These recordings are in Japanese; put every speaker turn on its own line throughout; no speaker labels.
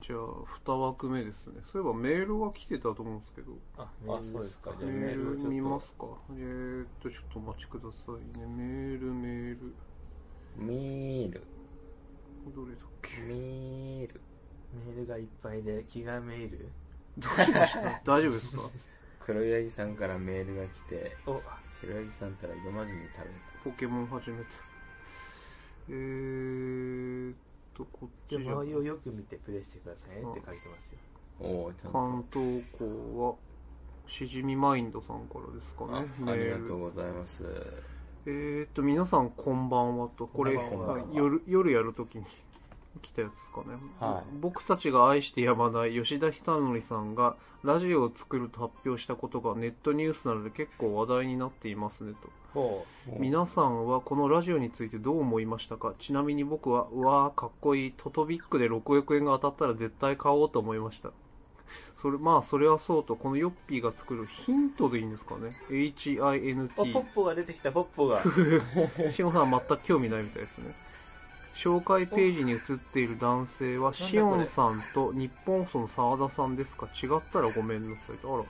じゃあ、2枠目ですね。そういえばメールは来てたと思うんですけど。
あ
あそうですかじ
メ
ゃ
ー
あメール
ル
をちょっと
見ますか。えーっと、ちょっとお待ちくださいね。メール、メール。
ミール
どれだっけ
ミール
メールがいっぱいで気がメール
どうしました 大丈夫ですか
黒柳さんからメールが来て
お
白柳さんたら読まずに食べた
ポケモン始めた。えーっと、こっち
じゃあ
じゃ
周りをよく見てプレイしてくださいねって書いてますよ
おおちゃんと
関東校は、しじみマインドさんからですかね。
ああ
メ
り
ー
が
ル
とうございます
えーっと、皆さんこんばんはと、これ、
こんばんは
はい夜夜やるときに 来たやつですかね、
はい
僕たちが愛してやまない吉田久典さんがラジオを作ると発表したことがネットニュースなどで結構話題になっていますねと。
ほ
皆さんはこのラジオについてどう思いましたかちなみに僕は、うわーかっこいい、トトビックで6億円が当たったら絶対買おうと思いました。それ、まあ、それはそうと、このヨッピーが作るヒントでいいんですかね ?H-I-N-T。
うおポッポが出てきたポッポ が
シオンさんは全く興味ないみたいですね。紹介ページに写っている男性は、シオンさんと日本放送の澤田さんですか違ったらごめんなさいと。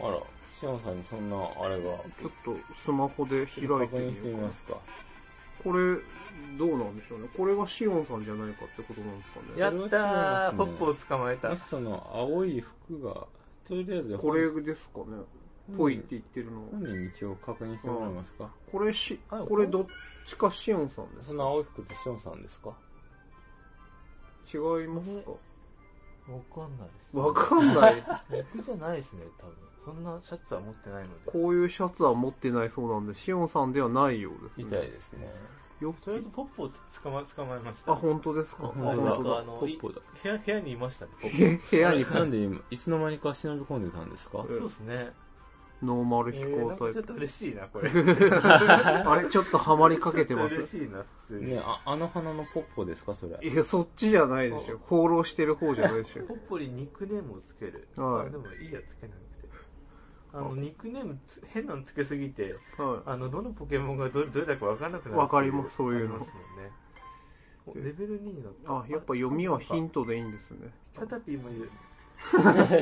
あら、
あらシオンさんにそんなあれが
ちょっとスマホで開いてみよう
確認してみ
かな
ますか
これ、どうなんでしょうね。これがシオンさんじゃないかってことなんですかね。
やったー、
それは違いますね
ポッポを捕まえた
もしその青い服がとりあえず
これですかね。ぽいって言ってるの。
本人に一応確認してもらえますか、
これし、
あ
これどっちかシオンさんです
その青い服ってシオンさんですか
違いますか
わかんないです
わかんない。
僕じゃないですね多分そんなシャツは持ってないので
こういうシャツは持ってないそうなんで、シオンさんではないよう
み
です
た
ね。
いですね
よっ
とりあえずポッポを捕ま捕まえました
あ、本当ですか。
当だ
あ本当だ
あの
ポッポだ
部屋部屋にいましたねポッ
へ部屋に
なんで今いつの間にか忍び込んでたんですか
ポそうですね
ノーマル
え
飛
ー、
行
なん
タ
か
イ
ちょっ
プ。
と嬉しいなこ れ
あれ、ちょっとハマりかけてま
ちょっ
す。
と嬉しいな普通に、
ねああの花のポッポですかそれ
いや、そっちじゃないでしょ。放浪してる方じゃないでし
ポッポにニックネームをつける、
はい
あでもいいやつけなくてあのニックネームつ変なのつけすぎて
ょ。はい。
あのどのポケモンがどれどれだか分かんなくなるってい
わかりますそういうの
ありますもんねおレベル2になった
あ、やっぱ読みはヒン
ト
トでいいんですね。
タタピー もいる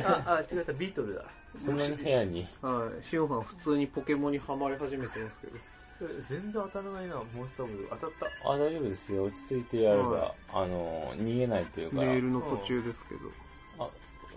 ああ違ったビートルだ
そんなに部屋に
はい。シオンさん、普通にポケモンにハマり始めてますけど。
それ全然当たらないなモンスターボール当たった
あ大丈夫ですよ落ち着いてやれば、
は
あの逃げないというか
メールの途中ですけど。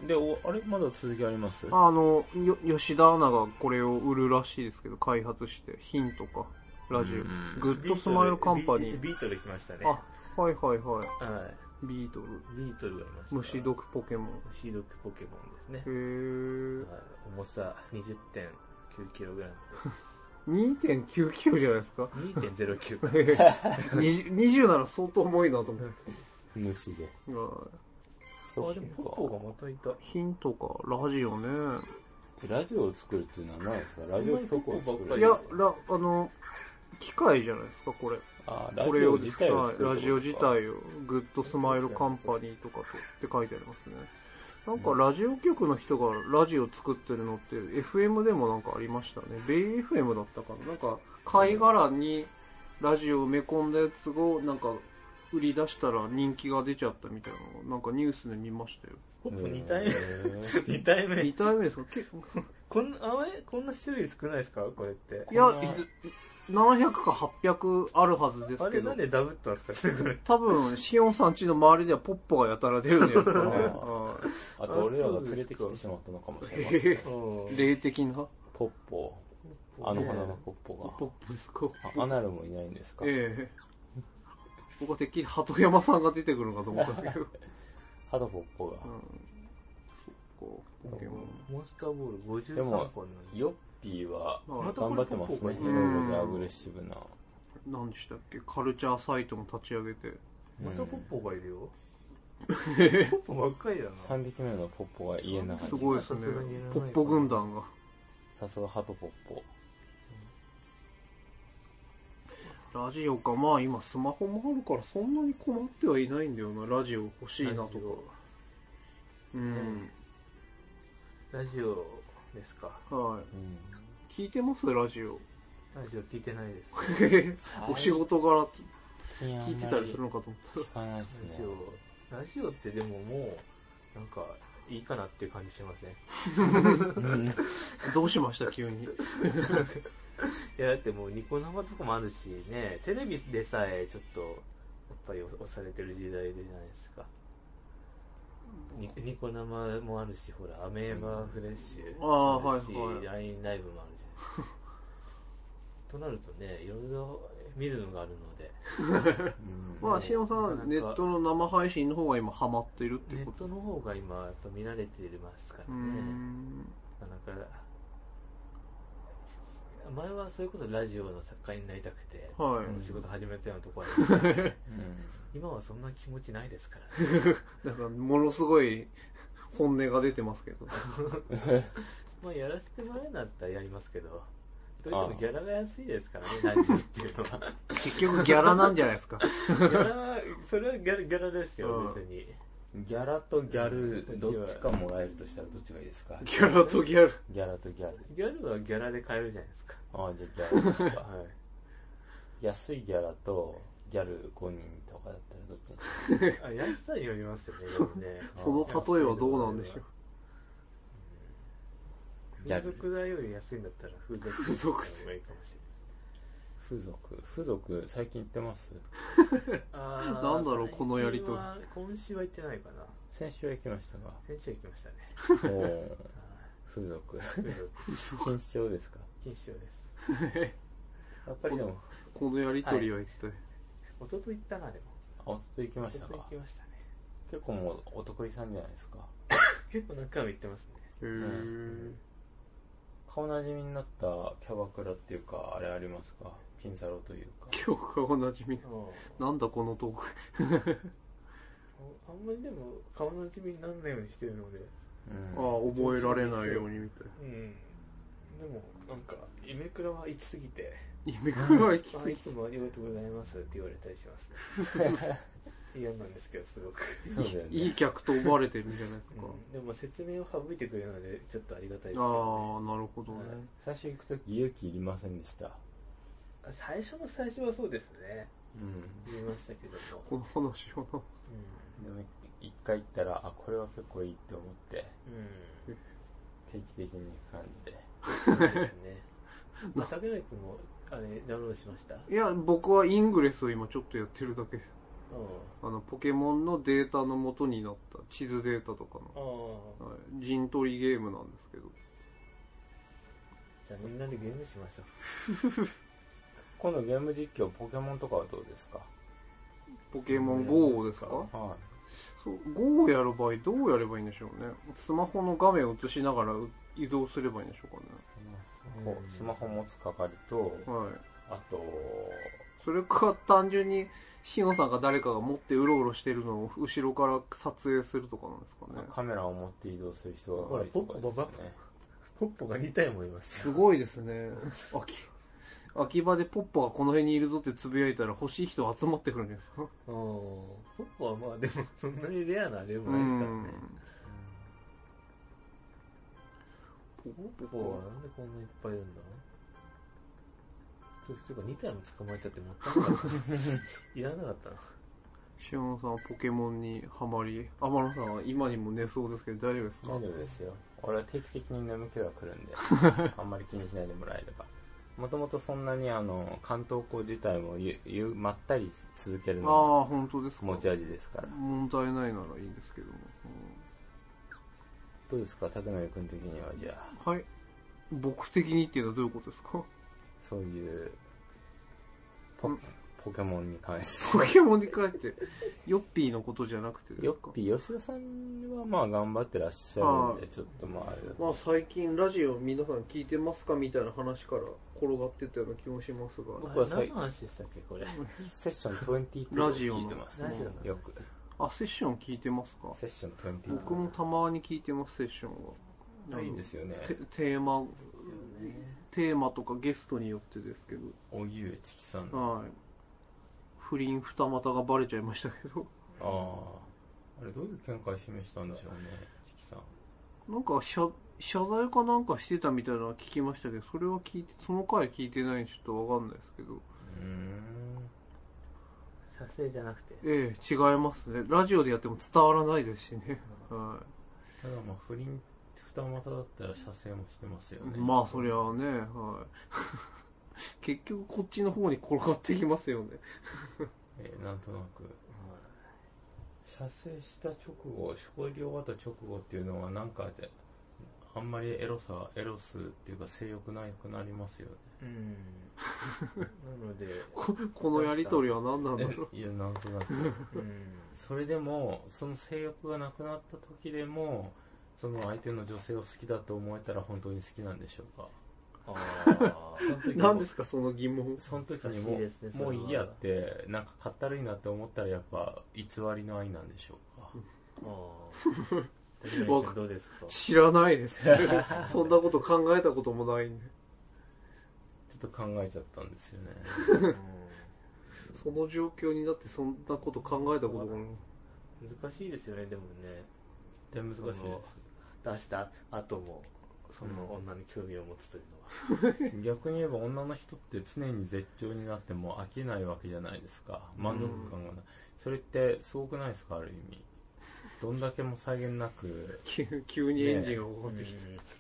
でおあれまだ続きあります
あの、よ吉田アナがこれを売るらしいですけど、開発して。ヒントか。ラジ
うん
オ。グッドスマイルカンパニー。
ビートル来ましたね
あ、はいはいはい。
は
ビートル。
いビートルがいました
虫毒ポケモン。
虫毒ポケモンですね
へー
はい重さ 20.9kg です
2.9キロじゃないです か
2.09
20, 20なら相当重いなと思って
虫で
はい
そ
あ
う
で
か
もポッポがまたいた
ヒントかラジオね
ラジオを作るっていうのは何ですかラジオ局を作
は
る
い
い
やラあの機械じゃないですかこれ
あラ
こ
ジ
れ
オ自体を
はい
作る
ラジオ
って
自
ことか
体をグッドスマイルカンパニーとかとって書いてありますねなんかラジオ局の人がラジオ作ってるのって FM でもなんかありましたねベイ FM だったかななんか貝殻にラジオを埋め込んだやつをなんか売り出したら人気が出ちゃったみたいなのをなんかニュースで見ましたよ
ポッポ2体目
へー
2体目
2体目ですかけ
こんあれこんな種類少ないですかこれって
いや
こんな
700か800あるはずで
あ
すけ
れ
ど
なんでダブったんですかそれこれ
多分シオンさんちの周りではポッポがやたら出るんじゃないですかね
あー
は
あと俺らが連れてきてしまったのかもしれません
い
うん
霊的な
ポッポあの花のポッ
ポ
ポ
ップですか
があアナルもいないんですか、
ええ僕はてっきり鳩山さんが出てくるのかと思ったんですけど、
ハトポッポが
う、ん、こうポケモン
モンスターボール
で
53
も
個あるのに
ヨッピーは
ま
たこれ
頑張ってますねい
ポッ
ろ
が
ポ
いろでアグレッシブな
何でしたっけカルチャーサイトも立ち上げて
またポッ
うん
ポがいるよポッポばっかりだな
3匹目のポッポが家の中
す
に
ごいですね
さすがにいらないか
ポ
な
ッポ軍団が
さすがハトポッポ
ラジオかまあ今スマホもあるからそんなに困ってはいないんだよなラジオ欲しいなとかうん
ラジオですか
は
うん
い聞いてますラジ オ
ラジオ聞いてないですラ
お仕事柄聞
聞
いてたりするのかと思った
聞かないですね
ジオラジオってでももうなんかいいかなっていう感じしますね
うん
どうしました急に
いやだってもうニコ生とかもあるしねテレビでさえちょっとやっぱり押されてる時代じゃないですかニニコ生もあるしほらアメーバフレッシュ
ああはい
し
はい
LINE ライブもあるじゃ ないですかとなるとねいろいろ見るのがあるので
まあしおさんはネットの生配信の方が今ハマってるって
ネ
こ
ッ
と
トの方が今やっぱ見られてますか
う
ら
ー
ね
ん
なかなか前はそれこそラジオの作家になりたくて、
はい
仕事始めたようなとこありましたけ ど
うん
今はそんな気持ちないですから、ね、
だからものすごい本音が出てますけ ど
まあやらせてもらえるんだったらやりますけどどうしてもギャラが安いですからねラジオっていうのは
結局ギャラなんじゃない ですか
ギャラはそれはギャラギャラで
う
すよ
ん
別に
ギャラとギャルどっちかもらえるとしたらどっちがいいですか
ギャラとギャル
ギャラとギャル
ギャルはギャラで買えるじゃないですか
ああじゃあギャラですか
はい
安いギャラとギャル5人とかだったらどっちに
あ安さによります よねでもね
その例えはどうなんでしょう
ギャ
風
ル
俗代より安いんだったら風俗
風俗
の方がいいかもしれない
風俗風俗最近行ってます
あー
なんだろうこのやりとり
最近は今週は行ってないかな
先週は行きましたが
先週は行きましたね
おー風 俗
風俗
緊張ですか
禁止用です
やっぱりでも
このやりとりは一体、
一昨日行ったなでも
あおととい行きま
一
した
昨日行
か
きましたね
結構もうお得意さんじゃないですか
結構何回も行ってますね
へ
う
え
顔なじみになったキャバクラっていうかあれありますかピンサロというか
今日顔なじみ
うん
なんだこのトーク
あんまりでも顔なじみにならないようにしてるので
うん
ああ覚えられないようにみたい
うんでもなんかイメクラは行き過ぎて
な夢くらい
「
き
あ
つ
い
い
つもありがとうございます」って言われたりしますね 嫌なんですけどすごく、
そうだよね
いい客と思われてるんじゃないですか、
うんでもまあ説明を省いてくれるのでちょっとありがたいですけ
あ
ど、
あなるほどね、
最初行く時勇気いりませんでした
ね、最初の最初はそうですね
うん
言いましたけども、
この話をな
う
でも一回行ったらあこれは結構いいって思って
んうん、
定期的に行く感じで
そうです ねまあ竹内君もあれダウンロードしましたうん
いや僕はイングレスを今ちょっとやってるだけですあのポケモンのデータの元になった地図データとか
ああ
の、はい、陣取りゲームなんですけど
じゃあみんなでゲームしましょう
今度ゲーム実況ポケモンとかはどうですか
ポケモン GO ですか
は
そう GO をやる場合どうやればいいんでしょうねスマホの画面を映しながら移動すればいいんでしょう
いこうスマホ持つ係と
かねはい
あと
それか単純にシオンさんが誰かが持ってうろうろしてるのを後ろから撮影するとかなんですかね
カメラを持って移動する人が多いとかです
ほらポッポ
ね
ポッポが2体もいます
すごいですね秋秋葉でポッポがこの辺にいるぞってつぶやいたら欲しい人集まってくるんじゃないですか
うんポッポはまあでもそんなにレアなあれ
う
もないですから
ん
ねポッポはなんでこんないっぱいいるんだていうか2体も捕まえちゃってもったいなかった いらなかったな
シオンさんはポケモンにハマり天野さんは今にも寝そうですけど大丈夫ですか
大丈夫ですよ俺は定期的に眠気が来るんであんまり気にしないでもらえればもともとそんなにあの関東校自体もゆゆまったり続ける
あ
の
あ本当です
が
か
持ち味ですから
問題ないならいいんですけども、
どうですか竹野君的にはじゃ
う
あ
んはい僕的にっていうのはどういうことですか
そういうポ
うん
ポケモンに関して
ポケモンに帰ってヨッピーのことじゃなくてですか
よっぴ吉田さんはまあ頑張ってらっしゃるんでちょっとまああれだと
まあ最近ラジオ皆さん聞いてますかみたいな話から転がってったような気もしますが
僕はさ
何の話でしたっけこれ
セッション22
ラジオの
聞いてますね
ラジオの
よく
あセッション聞いてますか
セッション22
僕もたまに聞いてますセッションは
あいいですよね
テテーマテーマとかゲストによってですけど
荻上チキさんの
はい不倫二股がバレちゃいましたけど
あああれどういう見解示したんでしょうねチキさん
なんか謝謝罪かなんかしてたみたいなのは聞きましたけどそれは聞いてその回聞いてないんでちょっとわかんないですけど
うーん
撮影じゃなくて。
ええ、違いますね。ラジオでやっても伝わらないですしね。は
ただまあ不倫二股だったら射精もしてますよね
い。まあ、そりゃあね、はい。 結局、こっちの方に転がってきますよね。
えーなんとなく射精した直後食事終わった直後っていうのはなんかであんまりエロさエロスっていうか性欲なくなりますよね
うん。なので、
ここのやりとりは何なんだろう。
いやなんとなく
うん。
それでもその性欲がなくなった時でもその相手の女性を好きだと思えたら本当に好きなんでしょうか
ああ。
その時
何ですか、その疑問。
その時にも
難しいですね
も
それは
ういいやってなんかかったるいなって思ったらやっぱ偽りの愛なんでしょうか
ああ。竹内君どうですか
知らないです。そんなこと考えたこともないんで。
ちょっと考えちゃったんですよね
うん
その状況になってそんなこと考えたこともない。
難しいですよね、でもね。
で難しいで
出した後も、その女に興味を持つというのは。
す逆に言えば女の人って常に絶頂になっても飽きないわけじゃないですか満足感がない、それってすごくないですかある意味どんだけも際限なく
急急にエンジンが起こってきて。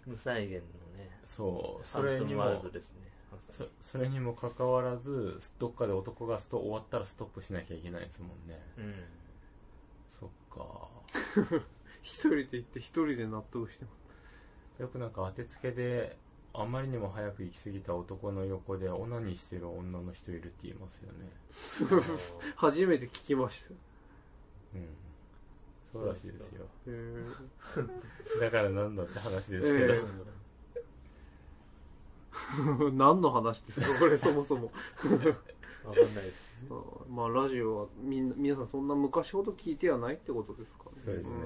うん無再現のね、
そう
サ
そ
ン
れ
ト
に
ンワール
も
ドですね。
そそれにもかかわらずどっかで男がスト終わったらストップしなきゃいけないですもんね
うん。
そっか
一人で行って一人で納得してます。
よくなんか当てつけであまりにも早く行き過ぎた男の横でオナニーしてる女の人いるって言いますよね
あの
初めて聞きました。
うんそうらしいですよ
へー
だからなんだって話で
え
すけど、
え何の話ですかこれそもそも
わかんないです。
うんまあラジオはみんな皆さんそんな昔ほど聞いてはないってことですかね
そうですね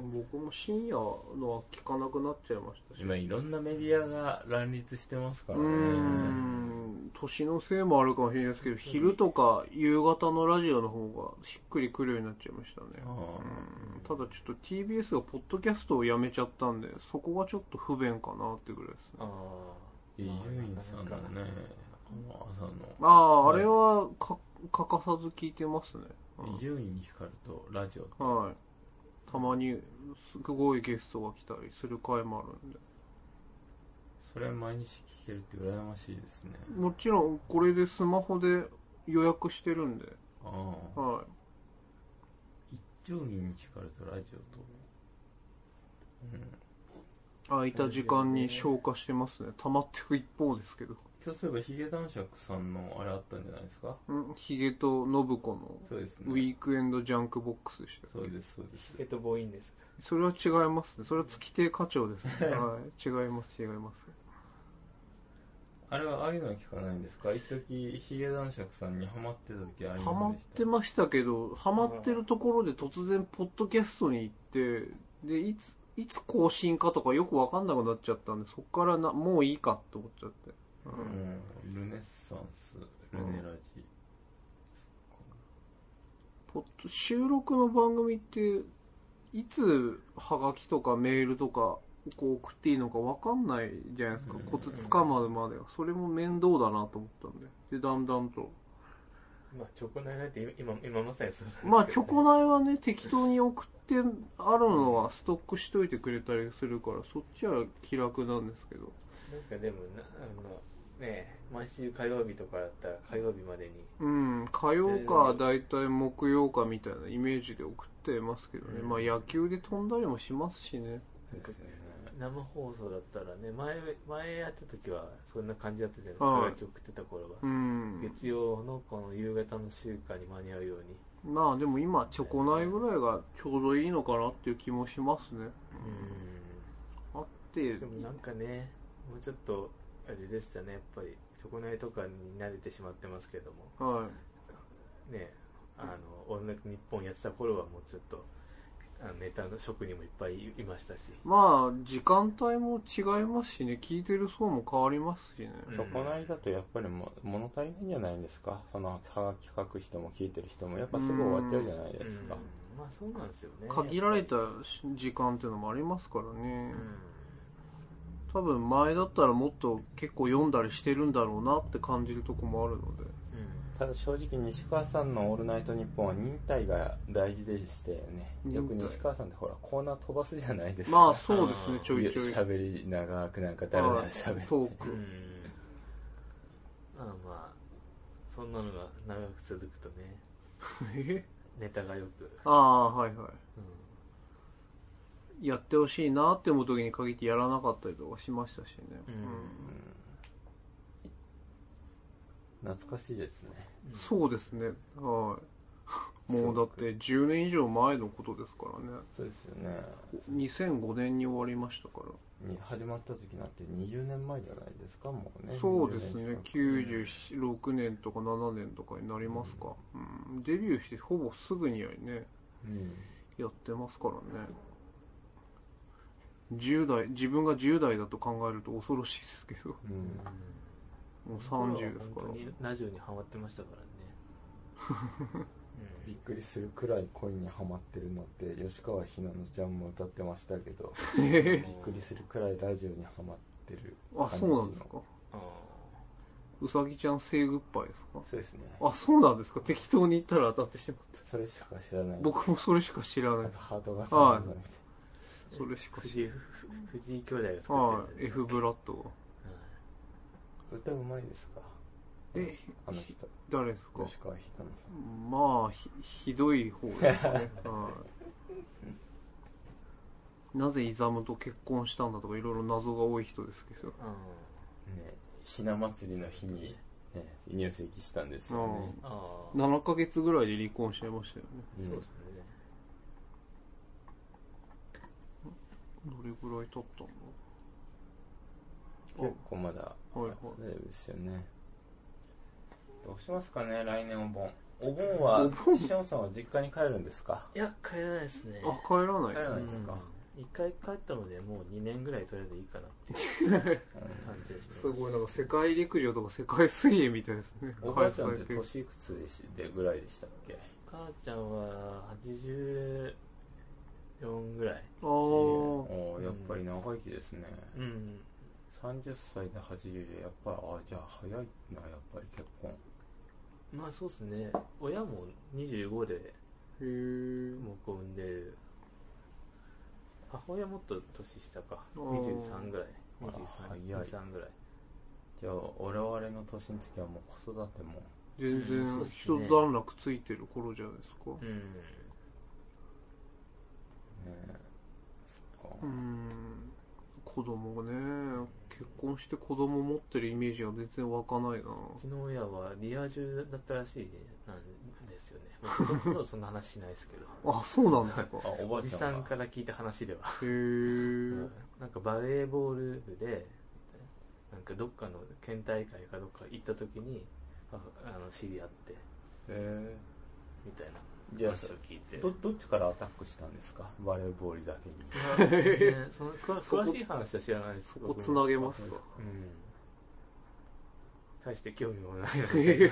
うん僕も深夜のは聞かなくなっちゃいましたし
今いろんなメディアが乱立してますから
うー
ね
ん年のせいもあるかもしれないですけど昼とか夕方のラジオの方がしっくりくるようになっちゃいましたね
ああ
うんただちょっと TBS がポッドキャストをやめちゃったんでそこがちょっと不便かなってぐらいですね
ああ。
伊集院さんのねあの朝
ああ、あれはか欠かさず聞いてますね、うん
の伊集院光とラジオ
はい。たまにすごいゲストが来たりする回もあるんで。
それ毎日聞けるって羨ましいですね
もちろんこれでスマホで予約してるんで。
ああ
は
伊集院光とラジオとうん
い。空いた時間に消化してますね。溜まっていく一方ですけど。
今日そういえばヒゲ男爵さんのあれあったんじゃないですか
うん、ヒゲと信子の
そうですね
ウィークエンドジャンクボックスでしたっけ
そうですそうです
チケットボーインです。
それは違いますね。それは月亭課長ですね。 はい。違います、違います。
あれはああいうのは聞かないんですか一時ヒゲ男爵さんにハマってた時ありませんでした
ハマってましたけど、ハマってるところで突然ポッドキャストに行って、で、いつ、いつ更新かとかよくわかんなくなっちゃったんで、そっからな、もういいかって思っちゃって。
うんルネッサンスルネラジ、
ポッド収録の番組って、いつハガキとかメールとか、こう送っていいのかわかんないじゃないですか
うん。
コツつかまるまでは。それも面倒だなと思ったんで。で、だんだんと。
まあ、チョコナイなんて今、今まさにそうなんですけどね
まあ、チョコナイはね、適当に送ってあるのはストックしといてくれたりするから、そっちは気楽なんですけど。
なんかでもな、あの、ねえ毎週火曜日とかだったら火曜日までに。
うん、火曜か大体木曜かみたいなイメージで送ってますけどね。
うん
まあ、野球で飛んだりもしますしね。
そうですよね
生放送だったらね、前、前やった時はそんな感じだったじゃないですか。
はい
は送ってた頃は
う。ん。
月曜のこの夕方の週間に間に合うように。
まあ、でも今、チョコナイぐらいがちょうどいいのかなっていう気もしますね。あって
で、もなんかね、もうちょっと、あれでしたね、やっぱり、チョコナイとかに慣れてしまってますけども、
はい。
ね、あの、音楽日本やってた頃はもうちょっと、あのネタの職人もいっぱいいましたし、
まあ、時間帯も違いますしね、聞いてる層も変わりますしね。
そこないだとやっぱりも物足りないんじゃないんですかそのはがき書く人も聞いてる人もやっぱすぐ終わっちゃうじゃないですか
うんまあそうなんですよね。
限られた時間っていうのもありますから
う
ね。
ん
多分前だったらもっと結構読んだりしてるんだろうなって感じるとこもあるので。
うん
ただ正直西川さんの「オールナイトニッポン」は忍耐が大事でしたよねよく
忍耐
西川さんってほらコーナー飛ばすじゃないですか
まあそうですね、ちょいちょい。
喋り長くなんか誰々喋って
トー
う
ク。
んまあまあそんなのが長く続くとね
え
ネタがよく、
ああ、はいは
うん
い。やってほしいなって思う時に限ってやらなかったりとかしましたしね。
うん
懐かしいですね
うんそうですね、はい。もうだって10年以上前のことですからね。
そうですよね
2005年に終わりましたから。
に始まった時なんて20年前じゃないですかもうね
そうですね
20年近く
96年とか7年とかになりますか、うん、デビューしてほぼすぐにはね
うん
やってますからね10代自分が10代だと考えると恐ろしいですけど も
うん
う30ですか
本当に
ら
ラジオにハマってましたからね、う
びっ
ん
くりするくらい恋にはまってるのって吉川ひなのちゃんも歌ってましたけどびっくりするくらいラジオにはまってる
あそうなんですか
あ
うさぎちゃんセイグッバイですか
そうですね
あそうなんですか適当に言ったら当たってしまった
それしか知らない
僕もそれしか知ら
あ
ない
とハートが
はい
さ
それし
ー
か知
藤井藤井兄弟が
らない
作
は
って
い
る
F ブラッドは
歌うまいですか
え
あの人
誰ですか
吉川ひなのさん
まあひひどい方ですかね、はい、なぜイザムと結婚したんだとかいろいろ謎が多い人ですけど、
あ
ねひな祭りの日に、ね、入籍したんですよね
う
あ
ん、7ヶ月ぐらいで離婚しちゃいましたよね
そうですね
どれぐらい経ったんだ
結構まだ
はいはい
大丈夫ですよねどうしますかね来年お盆お盆
お
は
盆
しおんさんは実家に帰るんですか
いや帰らないですね
あ帰らない
帰らないですか、
うん一回帰ったのでもう2年ぐらいとりあえずいいかなって
うん
感じでし た
すごいなんか世界陸上とか世界水泳みたいですね
おばあちゃんって年いくつでしでぐらいでしたっけ
母ちゃんは84ぐらい
ああ
お
ー
おーやっぱり長生きですね、
うん
30歳で80でやっぱりあじゃあ早いなやっぱり結婚
まあそうですね親も25で
へえ
僕を産んでる母親もっと年下か
あー
23ぐらい
あ早い
23ぐらい
じゃあ我々の年の時はもう子育ても
全
うんそう
然
っすね
一段落ついてる頃じゃないですか
うん
ねそっか、
うん子供がね結婚して子供持ってるイメージが全然湧かないな
うちの親はリア充だったらしいねなんですよね、まあ、ほとんどそんな話しないですけど
あそうなんですか
あおば
お
あ
じ
ちゃ
さ
ん
ん
が
から聞いた話では
へ
うん
え
なんかバレーボール部でなんかどっかの県大会かどっか行った時にああの知り合って
え
みたいな
ーじゃあ
話を聞いて
どどっちからアタックしたんですかバレーボールだけに
ねその詳
そこ
詳しい話は知らないで
そ
すけ
こ
ど
つなげますか
うん大して興味もないの
へ
で
え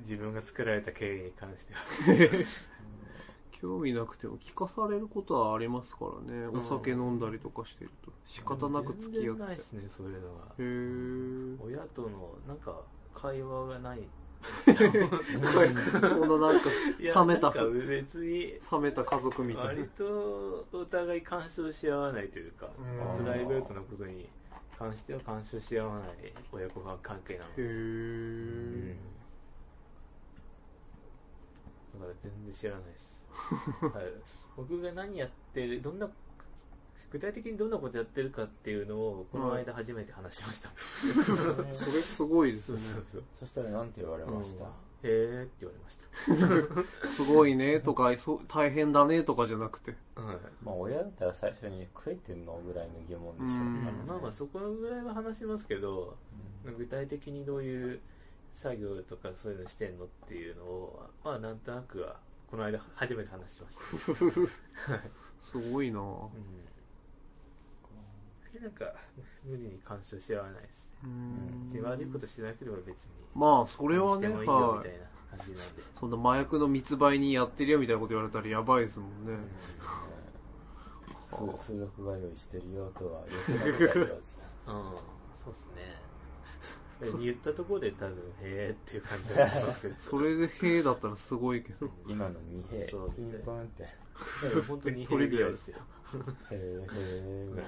自分が作られた経緯に関しては
興味なくても聞かされることはありますからねお酒飲んだりとかしてると仕方なく付き合
全
っ
然
て
ないですねそういうのが
へー
親とのなんか会話がない
そんななんか
いや
冷めた
なんか別に
冷めた家族みたいな
割とお互い干渉し合わないというか
うん
プライベートなことに関しては干渉し合わない親子間関係なの
へ
で、うん
え
だから全然知らないです、はい、僕が何やってるどんな具体的にどんなことやってるかっていうのをこの間初めて話しました、
それすごいです
そう
ね
そうそう
そしたらなんて言われました、
へえって言われまし
すごいねとかそう大変だねとかじゃなくて
た、はい
まあ親だったら最初に食えてんのぐらいの疑問でしょ
うん
からね
まあまあそこぐらいは話しますけど
うん
具体的にどういう作業とかそういうのしてんのっていうのをまあなんとなくはこの間初めて話しました、
すごいな
うん、なんか無理に干渉し合わないです
う
ね
ん
で悪いことしなければ別に
まあそれはね
何してもいいよ
は
み
い
たいな感じなんで、
そんな麻薬の密売にやってるよみたいなこと言われたらやばいですもんね、
ふ風俗が用意してるよとはよくなかった
う
よ
んそうっすねそれ言ったところで多分「へえ」っていう感じがしますけど
それで「へえ」だったらすごいけど
今の二平
そう
ピンポンってへ
本当にトリビアですよ
えへえぐらい